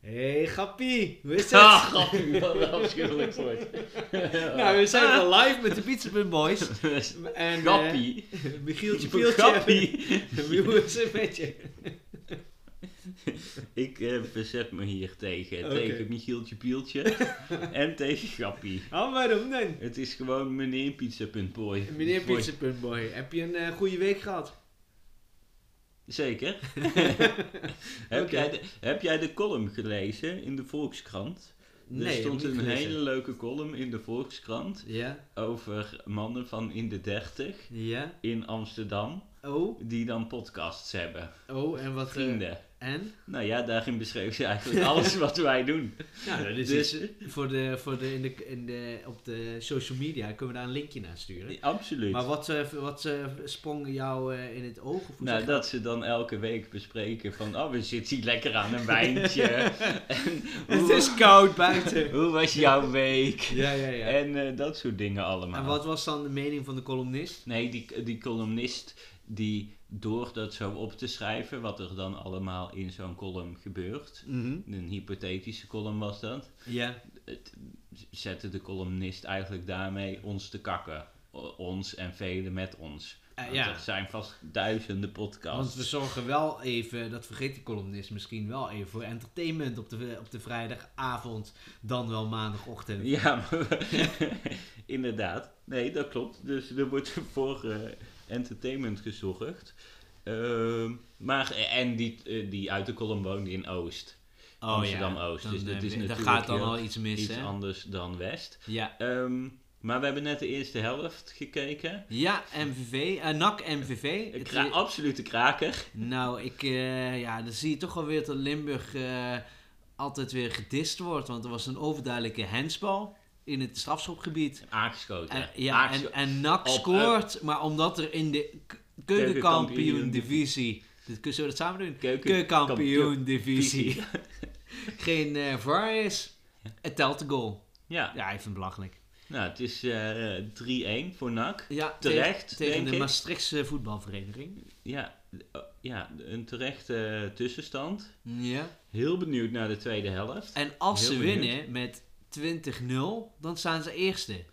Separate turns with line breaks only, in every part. Hé, hey, grappie, hoe is het?
Ah, grappig. Wat een afschuwelijk woord.
Nou, we zijn weer live met de Pizza Bun Boys. En, eh,
Gappie.
Michieltje Pieltje.
Gappie.
Hoe is het met je?
Ik eh, verzet me hier tegen.
Oké.
Tegen Michieltje Pieltje. en tegen Gappie.
Ah, waarom dan?
Het is gewoon meneer pizza.boy.
Meneer Pizza Bun Boy, heb je een eh, goede week gehad?
Zeker. heb,
Oké.
jij de, heb jij de column gelezen in de Volkskrant? Er
heb ik
stond
niet
een
gelezen.
hele leuke column in de Volkskrant
Ja,
over mannen van in de 30
ja.
in Amsterdam
Oh,
die dan podcasts hebben.
oh, en wat... eh,
Vrienden.
en?
Nou ja, daarin beschreef ze eigenlijk alles wat wij doen.
Nou, dat is
Dus-
iets. voor de, voor de, in de, in de, op de social media kunnen we daar een linkje naar sturen.
Absoluut.
Maar wat, eh, wat eh, sprong jou eh, in het oog? Of hoe
Nou,
zeg je
dat ze dan elke week bespreken van, oh, we zitten hier lekker aan een wijntje. en
Het
hoe,
is koud buiten.
hoe was jouw week?
Ja, ja, ja.
En eh, dat soort dingen allemaal.
En wat was dan de mening van de columnist?
Nee, die, die columnist die door dat zo op te schrijven, wat er dan allemaal in zo'n column gebeurt, een hypothetische column was dat,
Ja.
het, zette de columnist eigenlijk daarmee ons te kakken. O- ons en velen met ons.
Eh,
Want
ja.
Er zijn vast duizenden podcasts.
Want we zorgen wel even, dat vergeet de columnist misschien wel even, voor entertainment op de, op de vrijdagavond, dan wel maandagochtend.
Ja, maar- inderdaad. Nee, dat klopt. Dus er wordt voor eh, entertainment gezorgd. Ehm, maar, en die, eh, die uit de column woonde in Oost. Amsterdam-Oost,
Oh, Dan,
dus
eh,
dat is
daar
natuurlijk
gaat dan
heel
al iets mis,
Iets
hè?
anders dan West.
Ja.
Ehm, maar we hebben net de eerste helft gekeken.
ja, MVV, eh NAC MVV.
Een
Het-
kra- absolute kraker.
nou, ik, eh, ja, dan zie je toch wel weer dat Limburg eh, altijd weer gedist wordt, want er was een overduidelijke handsbal in het strafschopgebied.
Aangeschoten.
En, ja,
Aangescho-
en, en NAC
Op, eh,
scoort, maar omdat er in de k- keukenkampioen-divisie... Dit- Zullen we dat samen doen?
Keuken-
Keukenkampioen-divisie. Geen eh VAR is, het telt de goal.
ja.
Ja, ik vind het belachelijk.
nou het is eh, 3-1 voor NAC.
Ja,
Terecht,
tegen, tegen
denk
de
ik.
Maastrichtse voetbalvereniging.
Ja, eh, ja een terechte eh, tussenstand.
Ja.
Heel benieuwd naar de tweede helft.
En als
Heel
ze
benieuwd.
winnen met 20-0, dan staan ze eerste.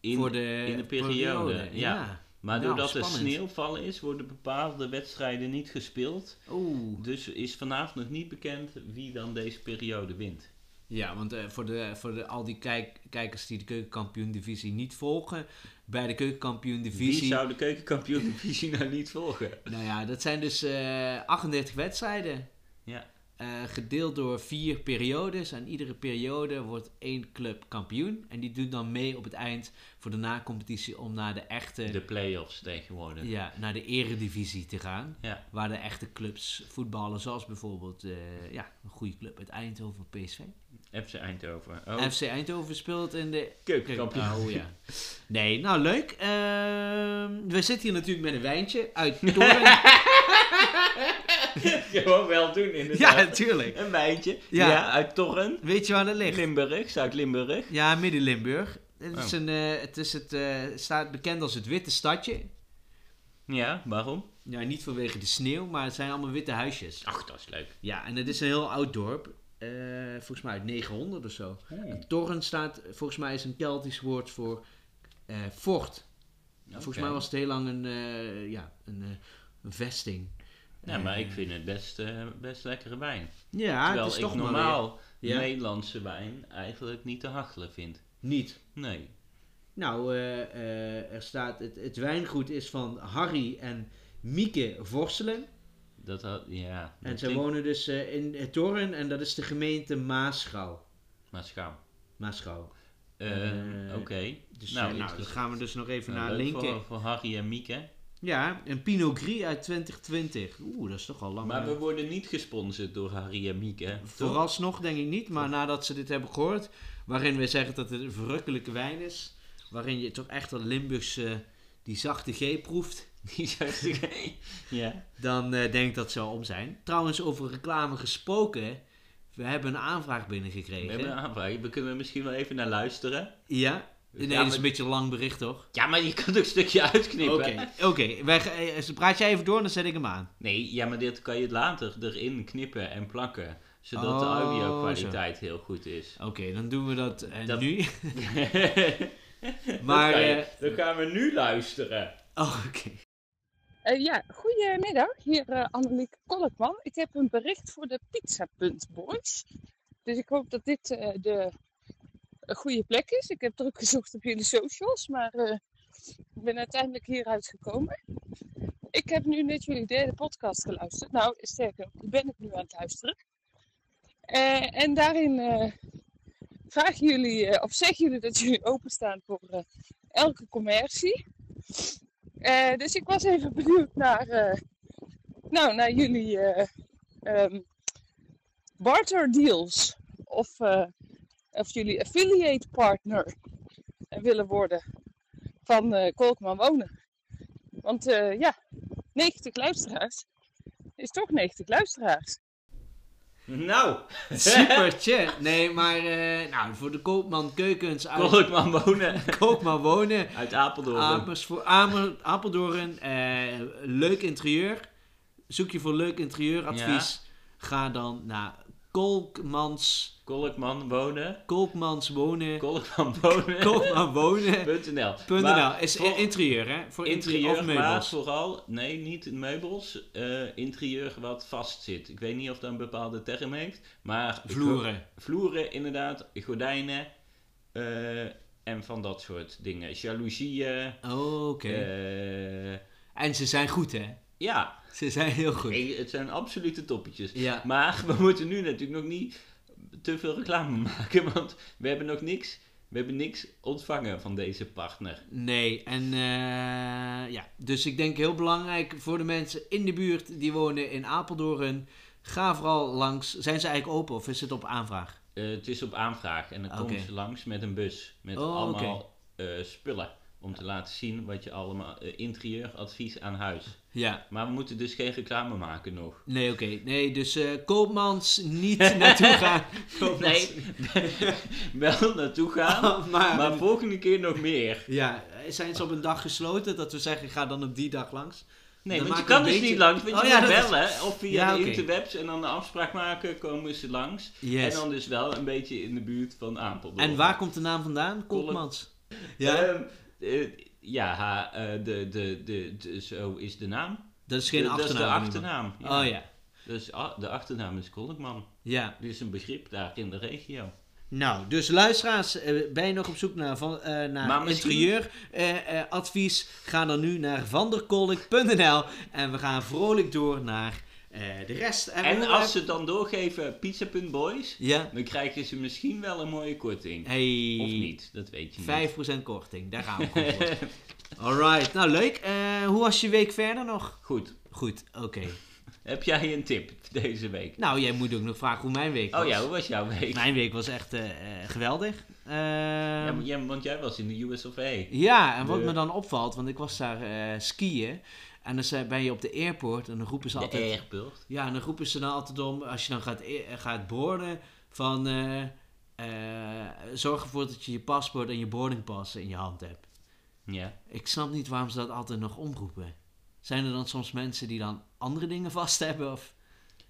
In,
voor de,
in de periode, ja. maar
nou,
doordat er
spannend.
sneeuwval is, worden bepaalde wedstrijden niet gespeeld.
Oeh.
Dus is vanavond nog niet bekend wie dan deze periode wint.
Ja, want eh, voor, de, voor de, al die kijk, kijkers die de keukenkampioen-divisie niet volgen, bij de
Wie
keukenkampioen-divisie...
zou de keukenkampioen divisie nou niet volgen?
Nou ja, dat zijn dus eh, 38 wedstrijden,
Ja,
eh, gedeeld door vier periodes. En iedere periode wordt één club kampioen. En die doet dan mee op het eind voor de na-competitie om naar de echte...
de play-offs tegenwoordig. Ja.
Ja, naar de eredivisie te gaan.
Ja.
Waar de echte clubs voetballen, zoals bijvoorbeeld eh, ja, een goede club uit Eindhoven, PSV.
Oh. FC Eindhoven. Oh,
FC Eindhoven speelt in de
keukenkampioen.
Kijk, oh ja. Nee, nou leuk. Ehm, we zitten hier natuurlijk met een wijntje uit Toren.
Gewoon wel doen inderdaad.
ja, natuurlijk.
Een wijntje.
Ja.
Ja. uit Torren.
Weet je waar dat ligt?
Limburg, Zuid-Limburg.
Ja, Midden-Limburg. Het, is
Oh.
een, eh, het, is het eh, het staat bekend als het witte stadje.
Ja, waarom?
Nou, niet vanwege de sneeuw, maar het zijn allemaal witte huisjes.
Ach, dat is leuk.
Ja, en het is een heel oud dorp. Eh, volgens mij uit 900 of zo. En Torren staat, volgens mij is een Keltisch woord voor eh fort. Volgens mij was het heel lang een, eh, ja, een, eh, een vesting.
Ja, maar ik vind het best, eh, best lekkere wijn.
Ja,
Terwijl
het is
ik
toch maar weer-
normaal
Ja.
Nederlandse wijn eigenlijk niet te hachelen vind.
niet.
Nee.
Nou, eh, eh, er staat, het, het wijngoed is van Harry en Mieke Vorselen.
Dat had, ja. dat
En zij
klinkt-
wonen dus eh, in het Torren en dat is de gemeente Maasgouw.
Maar schaam.
Maasgouw.
Eh,
Eh,
Oké.
Dus,
Nou,
eh, nou, dat
interessant.
gaan we dus nog even
Nou,
naar
leuk
linken.
Voor, voor Harry en Mieke. hè?
Ja, een Pinot Gris uit 2020. Oeh, dat is toch al lang.
Maar
eh,
we worden niet gesponsord door Harry en Mieke. hè? Toch?
Vooralsnog denk ik niet, maar nadat ze dit hebben gehoord, waarin we zeggen dat het een verrukkelijke wijn is, waarin je toch echt dat Limburgse, eh, die zachte G proeft,
Die zegt ik- ja.
dan eh, denk ik dat ze al om zijn. Trouwens, over reclame gesproken, we hebben een aanvraag
We
binnengekregen.
hebben een aanvraag. We kunnen er misschien wel even naar luisteren.
Ja? Nee,
Dus Ja,
dat is
maar-
een beetje een lang bericht toch?
Ja, maar je kan ook een stukje
Oké,
uitknippen.
oké. Wij ga- eh, Praat jij even door, dan zet ik hem aan.
Nee, ja, maar dit kan je later erin knippen en plakken. Zodat de
Oh,
audio-kwaliteit heel goed is.
Oké, dan doen we dat, eh,
Dat-
nu.
maar,
maar, eh,
dan gaan we nu luisteren.
oh, oké.
Eh, ja, goedemiddag. Hier eh Annelieke Kolkman. Ik heb een bericht voor de Pizza Punt Boys. Dus ik hoop dat dit eh, de een goede plek is. Ik heb druk gezocht op jullie socials, maar eh, ik ben uiteindelijk hieruit gekomen. Ik heb nu net jullie derde podcast geluisterd. Nou, sterker, die ben ik nu aan het luisteren. Eh, en daarin eh, vragen jullie, eh, of zeggen jullie dat jullie openstaan voor eh, elke commercie. Eh, dus ik was even benieuwd naar, eh, nou, naar jullie eh, ehm, barter deals. Of, eh, of jullie affiliate partner willen worden van eh Kolkman Wonen. Want eh, ja, 90 luisteraars is toch 90 luisteraars.
Nou,
Super chat. Nee, maar eh, nou, voor de Koopman Keukens uit
Kolkman wonen
Koopman Wonen.
uit Apeldoorn.
Amersfoort, Amer, Apeldoorn, eh, leuk interieur. Zoek je voor leuk interieuradvies. Ga dan naar Kolkmans,
Kolkman wonen.
Kolkmans wonen.
Kolkman wonen.
Kolkman wonen.
.nl.
.nl.
Maar
Is
voor-
interieur, hè? Voor interieur
Interieur
of
maar
meubels.
vooral, nee, niet meubels. eh, interieur wat vast zit. Ik weet niet of dat een bepaalde term heeft, maar
Vloeren.
go- vloeren inderdaad, gordijnen eh, en van dat soort dingen. Jaloezieën.
Oh, Oké.
eh,
En ze zijn goed, hè?
ja,
Ze zijn heel goed.
ik- het zijn absolute toppetjes.
Ja.
Maar we moeten nu natuurlijk nog niet te veel reclame maken, want we hebben nog niks, we hebben niks ontvangen van deze partner.
Nee, en eh, ja, dus ik denk heel belangrijk voor de mensen in de buurt die wonen in Apeldoorn. Ga vooral langs. Zijn ze eigenlijk open of is het op aanvraag?
Eh, het is op aanvraag en dan
Ah, Oké.
komen ze langs met een bus. Met
Oh,
allemaal eh, spullen. Om te laten zien wat je allemaal... eh, interieuradvies aan huis.
Ja,
Maar we moeten dus geen reclame maken nog.
nee, oké. Nee, dus eh, Koopmans niet naartoe gaan.
Nee, wel naartoe gaan.
maar,
Maar volgende keer nog meer.
ja, zijn ze op een dag gesloten dat we zeggen, ga dan op die dag langs?
Nee,
Dan
want je
maken we
kan
een
dus
beetje-
niet langs. Want
Oh
je
ja,
moet
dat is-
bellen of via
Ja,
de
oké.
interwebs en dan de afspraak maken. Komen ze langs.
Yes.
En
En,
dan dus wel een beetje in de buurt van Apeldoorn.
waar komt de naam vandaan? Koopmans. Ja,
Ehm, eh, ja, ha, eh, de, de, de, de, zo is de naam.
dat is geen
Dat is
achternaam.
de
van
achternaam.
iemand. Oh ja,
Dus ah, de achternaam is Kolkman.
ja.
Dit is een begrip daar in de regio.
Nou, dus luisteraars, eh, ben je nog op zoek naar, van, eh,
Maar
naar
misschien-
interieuradvies? ga dan nu naar vanderkolk.nl en we gaan vrolijk door naar eh, de rest.
En als ze dan doorgeven pizza.boys,
Ja.
dan krijgen ze misschien wel een mooie korting.
Hey.
Of niet, dat weet je
5% korting, daar gaan we gewoon voor.
niet.
Alright, nou leuk. Eh, hoe was je week verder nog?
Goed,
Goed, oké.
heb jij een tip deze week?
Nou, jij moet ook nog vragen hoe mijn week was.
Oh ja, hoe was jouw week?
Mijn week was echt eh, eh, geweldig. Ehm,
Ja, maar
ja,
jij- want jij was in de US of A.
en wat
De-
me dan opvalt, want ik was daar eh, skiën. En dan zijn- ben je op de airport en dan roepen ze
De
altijd...
airport.
Ja, en dan roepen ze dan altijd om, als je dan gaat, e- eh, gaat boarden, van... eh, eh, zorg ervoor dat je je paspoort en je boardingpas in je hand hebt.
Ja.
Ik snap niet waarom ze dat altijd nog omroepen. Zijn er dan soms mensen die dan andere dingen vast hebben? Of...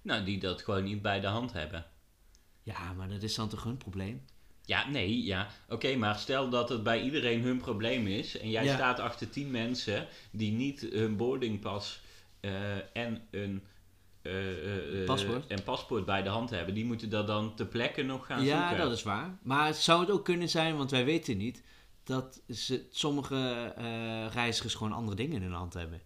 Nou, die dat gewoon niet bij de hand hebben.
Ja, maar dat is dan toch hun probleem?
Ja, nee, ja. Oké, maar stel dat het bij iedereen hun probleem is en jij
Ja.
staat achter tien mensen die niet hun boardingpas eh, en een eh, eh,
Paspoort.
en paspoort bij de hand hebben, die moeten dat dan ter plekke nog gaan
ja,
zoeken.
dat is waar. Maar het zou het ook kunnen zijn, want wij weten niet, dat ze, sommige eh, reizigers gewoon andere dingen in hun hand hebben.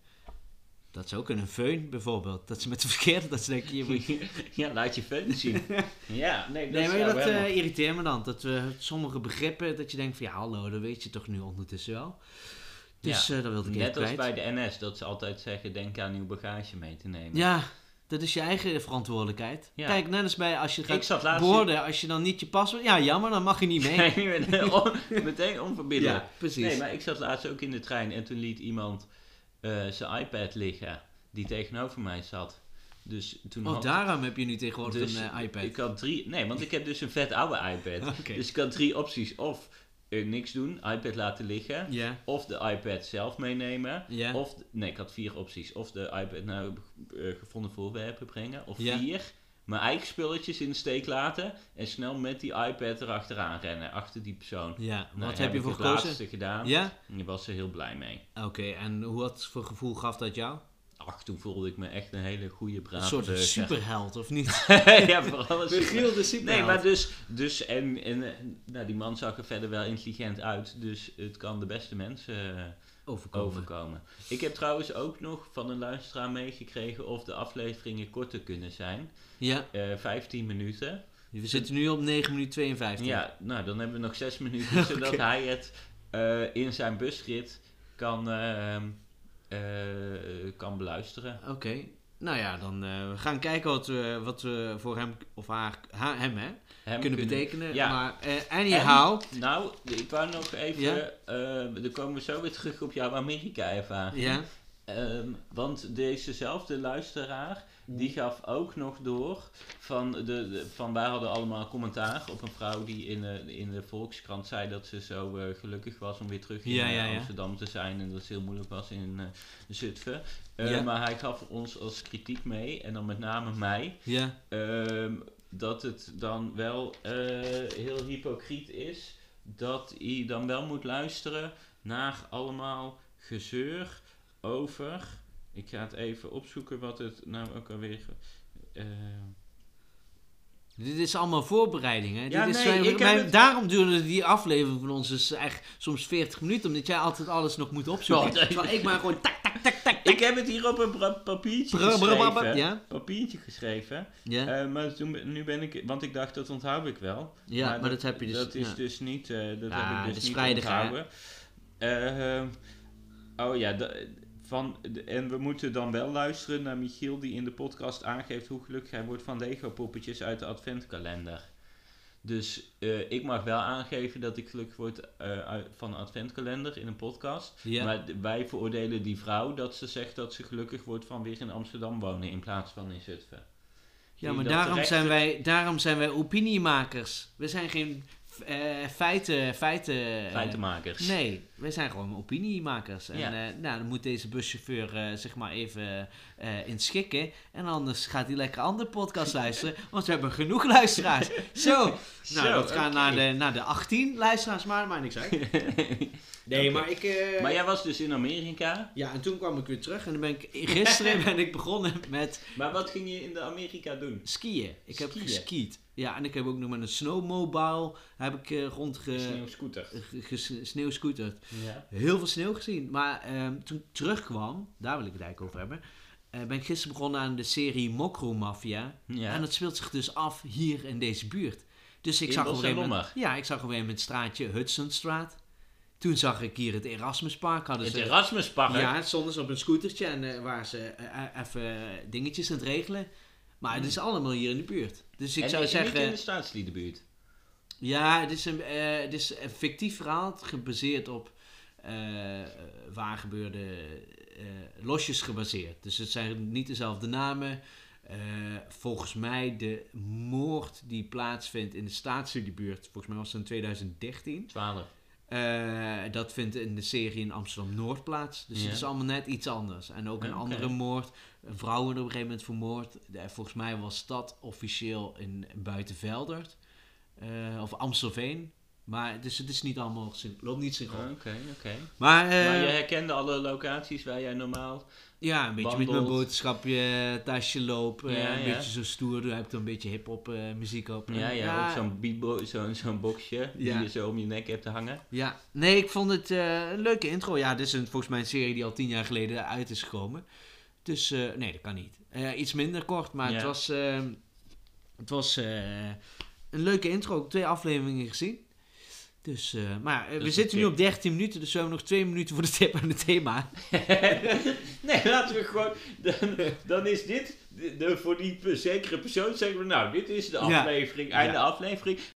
Dat zou kunnen. Een föhn bijvoorbeeld. Dat ze met de verkeerde, dat ze denken, hier moet je-
ja, laat je verder zien. ja, nee, dat
Nee,
is
maar
nou
dat
helemaal-
eh, irriteert me dan. Dat we sommige begrippen, dat je denkt van ja, hallo, dat weet je toch nu ondertussen wel. Dus eh, dat wilde ik even
Net als
kwijt.
bij de NS, dat ze altijd zeggen, denk aan uw bagage mee te nemen.
Ja, dat is je eigen verantwoordelijkheid.
Ja.
Kijk, net als bij als je
Ik
gaat
zat laatst...
boorden, als je dan niet je paspoort... Ja, jammer, dan mag je niet mee.
Nee, on- meteen onverbiddelijk.
ja, precies.
Nee, maar ik zat laatst ook in de trein en toen liet iemand eh, zijn iPad liggen die tegenover mij zat. Dus toen
Oh,
had
daarom heb je nu tegenwoordig
dus
een eh, iPad. Oh,
ik had drie. Nee, want ik heb dus een vet oude iPad.
Oké.
Dus ik had drie opties: of eh, niks doen, iPad laten liggen,
Ja,
of de iPad zelf meenemen.
ja.
Of, nee, ik had vier opties. Of de iPad naar eh, gevonden nou, voorwerpen brengen. Of
Ja.
vier, mijn eigen spulletjes in de steek laten en snel met die iPad erachteraan rennen, achter die persoon.
Ja,
Nou,
wat heb je
ik
voor
het
gekozen?
laatste gedaan.
Ja?
En daar was ze heel blij mee.
Oké, en hoe, wat voor gevoel gaf dat jou?
Ach, toen voelde ik me echt een hele goede
Een
brave...
soort
eh,
superheld, of niet?
ja, vooral een super-
Michiel de
Nee,
superheld.
maar dus... dus en, en eh, nou, die man zag er verder wel intelligent uit, dus het kan de beste mensen... eh,
Overkomen.
overkomen. Ik heb trouwens ook nog van een luisteraar meegekregen of de afleveringen korter kunnen zijn.
Ja,
Eh 15 minuten.
we zitten nu op 9 minuten 52.
Ja, nou dan hebben we nog 6 minuten zodat
Oké.
hij het eh, in zijn busrit kan, eh, eh, kan beluisteren.
Oké. Nou ja, dan eh, we gaan kijken wat we, wat we voor hem of haar, haar- hem hè,
Hem
kunnen betekenen.
ja.
Maar eh anyhow,
Nou, ik wou nog even,
Ja?
eh, dan komen we zo weer terug op jouw Amerika-ervaring.
ja,
Ehm, want dezezelfde luisteraar,
Mhm.
die gaf ook nog door van, de, de- van wij hadden allemaal commentaar op een vrouw die in de, in de Volkskrant zei dat ze zo eh, gelukkig was om weer terug in
Ja,
eh,
ja, ja.
Amsterdam te zijn en dat het heel moeilijk was in eh, Zutphen. Eh,
Ja.
Maar hij gaf ons als kritiek mee, en dan met name mij,
ja,
ehm, dat het dan wel eh, heel hypocriet is dat hij dan wel moet luisteren naar allemaal gezeur over. Ik ga het even opzoeken wat het nou ook alweer. eh,
dit is allemaal voorbereiding. Hè?
Ja,
Dit is
nee,
wij-
ik heb
wij-
het-
Daarom duurde die aflevering van ons dus echt soms 40 minuten, omdat jij altijd alles nog moet opzoeken.
Oh, nee.
Terwijl ik maar gewoon tak, tak, tak, tak, tak.
ik heb het hier op een bra- papiertje
Bra- bra- bra-
geschreven.
bra- ja,
Papiertje geschreven.
ja,
Eh, maar toen, ben- nu ben ik, want ik dacht dat onthoud ik wel.
ja, maar dat, heb je dus.
Dat is
ja.
dus niet. eh, dat
Ja,
heb
dat
ik dus
is
niet
vrijdag, hè?
onthouden. Eh, ehm, oh ja, da- van, de- en we moeten dan wel luisteren naar Michiel die in de podcast aangeeft hoe gelukkig hij wordt van Lego poppetjes uit de adventkalender. Dus eh, ik mag wel aangeven dat ik gelukkig word eh, uit- van een adventkalender in een podcast.
Ja.
Maar d- wij veroordelen die vrouw dat ze zegt dat ze gelukkig wordt van weer in Amsterdam wonen in plaats van in Zutphen.
Ja,
Die
maar
dat
daarom
terecht-
zijn, wij, daarom zijn wij opiniemakers. We zijn geen eh, feiten... Feiten...
Feitenmakers.
eh, Nee, wij zijn gewoon opiniemakers. En
Ja.
eh, nou, dan moet deze buschauffeur eh, zich maar even eh inschikken. En anders gaat hij lekker andere podcast luisteren. Want we hebben genoeg luisteraars. Zo, nou,
Zo,
dat gaan
oké.
naar, de, naar de 18 luisteraars. Maar dat maakt niks uit. Nee,
Oké.
maar ik... eh,
Maar jij was dus in Amerika.
Ja, en toen kwam ik weer terug. En dan ben ik, gisteren ben ik begonnen met
Maar wat ging je in de Amerika doen?
Skiën. Ik heb
Skiën.
geskiet. Ja, en ik heb ook nog met een snowmobile heb ik eh, rond ge,
Sneeuwscooter.
ge- ge- gesneeuwscooterd.
Ja.
Heel veel sneeuw gezien. Maar ehm, toen ik terugkwam, daar wil ik het eigenlijk over hebben, eh, ben ik gisteren begonnen aan de serie Mokro Mafia. En dat speelt zich dus af hier in deze buurt. Dus ik
In
zag op een
Bos en
gegeven moment- Ja, ik zag op een gegeven moment het straatje Hudsonstraat. Toen zag ik hier het Erasmuspark. Hadden
het
ze
Erasmuspark.
ja, stonden ze op een scootertje en eh, waren ze eh, eh, even dingetjes aan het regelen. Maar het is allemaal hier in de buurt. Dus ik
Hmm. En
zou
niet
zeggen,
in de staatsliedenbuurt.
ja, het is, een, eh, het is een fictief verhaal gebaseerd op eh, waar gebeurde eh, losjes gebaseerd. Dus het zijn niet dezelfde namen. Eh, volgens mij de moord die plaatsvindt in de staatsliedenbuurt, volgens mij was het in 2013.
12.
Eh, dat vindt in de serie in Amsterdam-Noord plaats. Dus
Ja.
het is allemaal net iets anders. En ook een
Oké.
andere moord. Een vrouw werd op een gegeven moment vermoord. Eh, volgens mij was dat officieel in Buitenveldert. Eh, of Amstelveen. Maar dus het is niet allemaal... syn- loopt niet
Oké,
synchroon.
Ah, oké.
Maar, eh,
maar je herkende alle locaties waar jij normaal...
ja, een beetje met mijn
wandelt.
boodschapje, eh, tasje lopen. eh,
Ja,
een
ja.
beetje zo stoer. Daar heb ik dan een beetje hip-hop eh, muziek op.
Ja, ja,
En,
ook zo'n beatbo- zo'n zo'n boxje
Ja.
die je zo om je nek hebt te hangen.
Ja, nee, ik vond het eh, een leuke intro. Ja, dit is een, volgens mij een serie die al tien jaar geleden uit is gekomen. Dus eh, nee, dat kan niet. Eh, iets minder kort, maar het
Ja.
was, eh, het was eh, een leuke intro. Ook twee afleveringen gezien. Dus, eh, maar eh, we
een
zitten nu
tip.
op 13 minuten, dus we hebben nog twee minuten voor de tip en het thema.
nee, laten we gewoon... Dan, dan is dit... De, de- voor die pe- zekere persoon zeggen we... Nou, dit is de
Ja.
aflevering. Einde aflevering.